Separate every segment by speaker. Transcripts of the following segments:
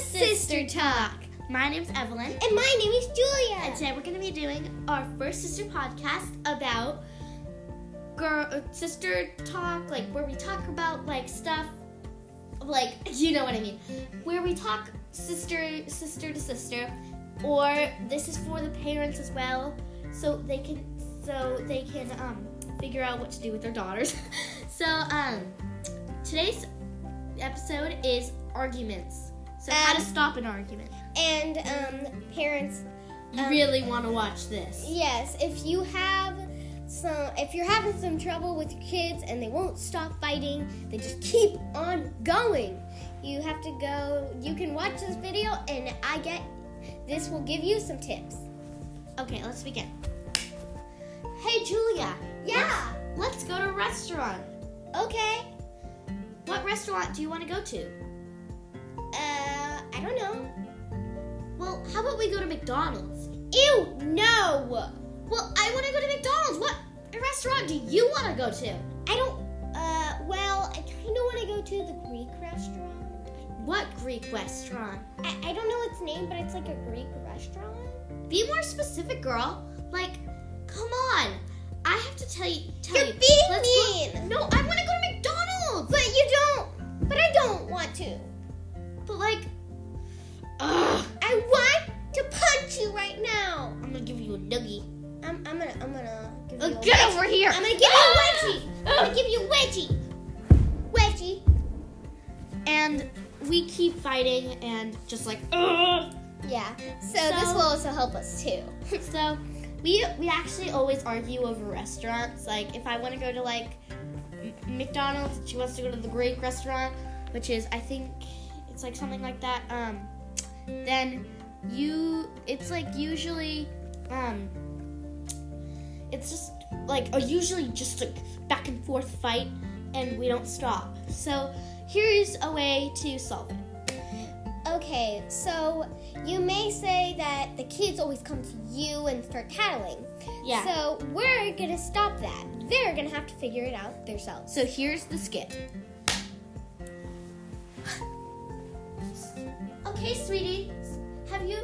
Speaker 1: Sister Talk.
Speaker 2: My name's Evelyn,
Speaker 1: And my name is
Speaker 2: and
Speaker 1: Julia.
Speaker 2: today we're going to be doing our first sister podcast about girl uh, sister talk, like where we talk about like stuff, like you know what I mean, where we talk sister sister to sister, or this is for the parents as well, so they can so they can um figure out what to do with their daughters. so um today's episode is arguments. So how to
Speaker 1: Um,
Speaker 2: stop an argument.
Speaker 1: And um, parents,
Speaker 2: You
Speaker 1: Um,
Speaker 2: really want to watch this.
Speaker 1: yes, if you have some, if you're having some trouble with your kids and they won't stop fighting, they just keep on going. You have to go. You can watch this video, and I get this will give you some tips.
Speaker 2: Okay, let's begin. Hey, Julia.
Speaker 1: Yeah.
Speaker 2: Let's go to a restaurant.
Speaker 1: Okay.
Speaker 2: What restaurant do you want to go to?
Speaker 1: Uh, I don't know.
Speaker 2: Well, how about we go to McDonald's?
Speaker 1: Ew, no.
Speaker 2: Well, I want to go to McDonald's. What restaurant do you want to go to?
Speaker 1: I don't. Uh, well, I kind of want to go to the Greek restaurant.
Speaker 2: What Greek restaurant?
Speaker 1: I, I don't know its name, but it's like a Greek restaurant.
Speaker 2: Be more specific, girl. Like, come on. I have to tell you. Tell
Speaker 1: You're
Speaker 2: you.
Speaker 1: being
Speaker 2: Let's go-
Speaker 1: mean.
Speaker 2: No, I want to go to McDonald's.
Speaker 1: But you don't. But I don't want to.
Speaker 2: But like, ugh,
Speaker 1: I want to punch you right now.
Speaker 2: I'm gonna give you a noogie.
Speaker 1: I'm, I'm gonna. I'm gonna. Give
Speaker 2: Uh,
Speaker 1: you a
Speaker 2: get
Speaker 1: wedgie.
Speaker 2: over here. Ah!
Speaker 1: I'm gonna give you a wedgie. I'm gonna give you a wedgie. Wedgie.
Speaker 2: and we keep fighting and just like Ugh!
Speaker 1: Yeah. So,
Speaker 2: So-
Speaker 1: this will also help us too.
Speaker 2: so we we actually always argue over restaurants like if i want to go to like M- mcdonald's she wants to go to the greek restaurant which is i think it's like something like that um then you it's like usually um it's just like a usually just like back and forth fight and we don't stop so here is a way to solve it
Speaker 1: Okay, so you may say that the kids always come to you and start tattling.
Speaker 2: yeah
Speaker 1: So we're gonna stop that. They're gonna have to figure it out themselves.
Speaker 2: So here's the skit. Okay, sweetie, have you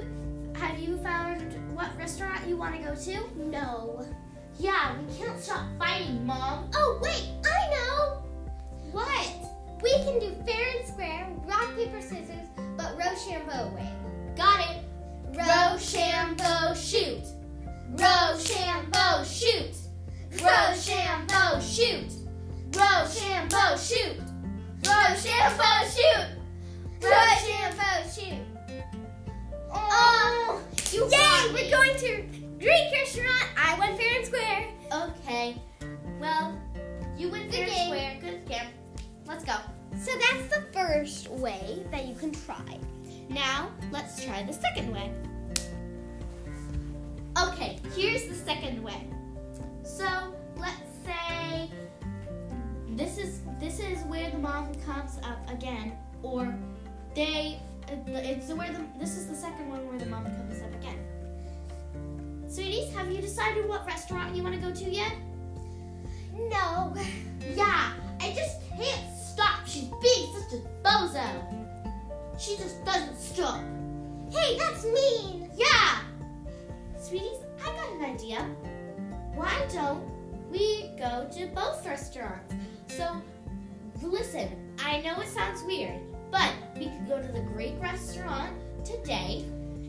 Speaker 2: have you found what restaurant you want to go to?
Speaker 1: No.
Speaker 2: Yeah, we can't stop fighting, Mom.
Speaker 1: Oh wait, I know. What? We can do fair and square, rock paper scissors, but Rochambeau way.
Speaker 2: Got it. Rochambeau shoot. Rochambeau shoot. Rochambeau shoot. Rochambeau shoot. Rochambeau shoot.
Speaker 1: Rochambeau shoot. Oh, you yay! We're going to Greek restaurant. I went fair and square.
Speaker 2: Okay. Well, you win
Speaker 1: Good
Speaker 2: fair and
Speaker 1: game.
Speaker 2: square. Good game. Let's go.
Speaker 1: So that's the first way that you can try.
Speaker 2: Now, let's try the second way. Okay, here's the second way. So, let's say this is this is where the mom comes up again or they it's where the this is the second one where the mom comes up again. Sweeties, have you decided what restaurant you want to go to yet?
Speaker 1: No.
Speaker 2: Yeah, I just can't stop. She's being such a bozo. She just doesn't stop.
Speaker 1: Hey, that's mean.
Speaker 2: Yeah! Sweeties, I got an idea. Why don't we go to both restaurants? So, listen, I know it sounds weird, but we could go to the Greek restaurant today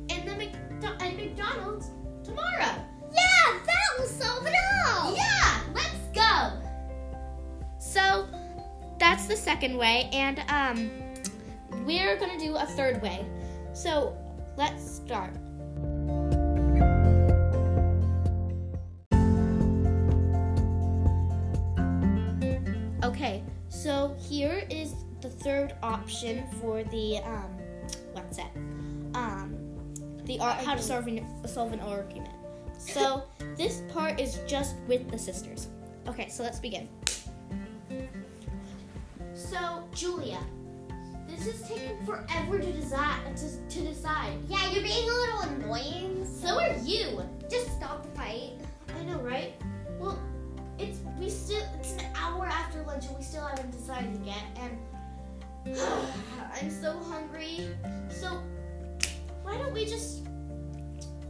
Speaker 2: and the McDo- and McDonald's tomorrow.
Speaker 1: Yeah, that will solve it all.
Speaker 2: Yeah, let's go. So that's the second way, and um, we're gonna do a third way. So let's start. Okay, so here is the third option for the um, what's it? Um, the ar- how to solve an, solve an argument. So this part is just with the sisters. Okay, so let's begin. So Julia, this is taking forever to decide. To, to decide.
Speaker 1: Yeah, you're being a little annoying.
Speaker 2: So are you.
Speaker 1: Just stop the fight.
Speaker 2: I know, right? Well, it's we still it's an hour after lunch and we still haven't decided yet. And I'm so hungry. So why don't we just?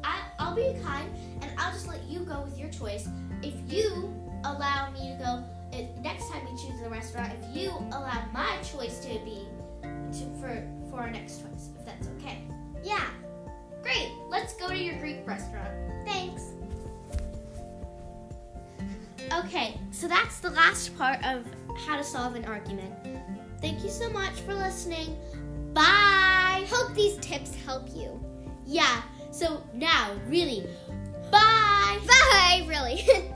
Speaker 2: I, I'll be kind, and I'll just let you go with your choice. If you allow me to go, if, next time we choose the restaurant, if you allow my choice to be to, for for our next choice, if that's okay.
Speaker 1: Yeah.
Speaker 2: Great. Let's go to your Greek restaurant.
Speaker 1: Thanks.
Speaker 2: Okay, so that's the last part of how to solve an argument. Thank you so much for listening. Bye.
Speaker 1: I hope these tips help you.
Speaker 2: Yeah. So now, really. Bye.
Speaker 1: Bye, really.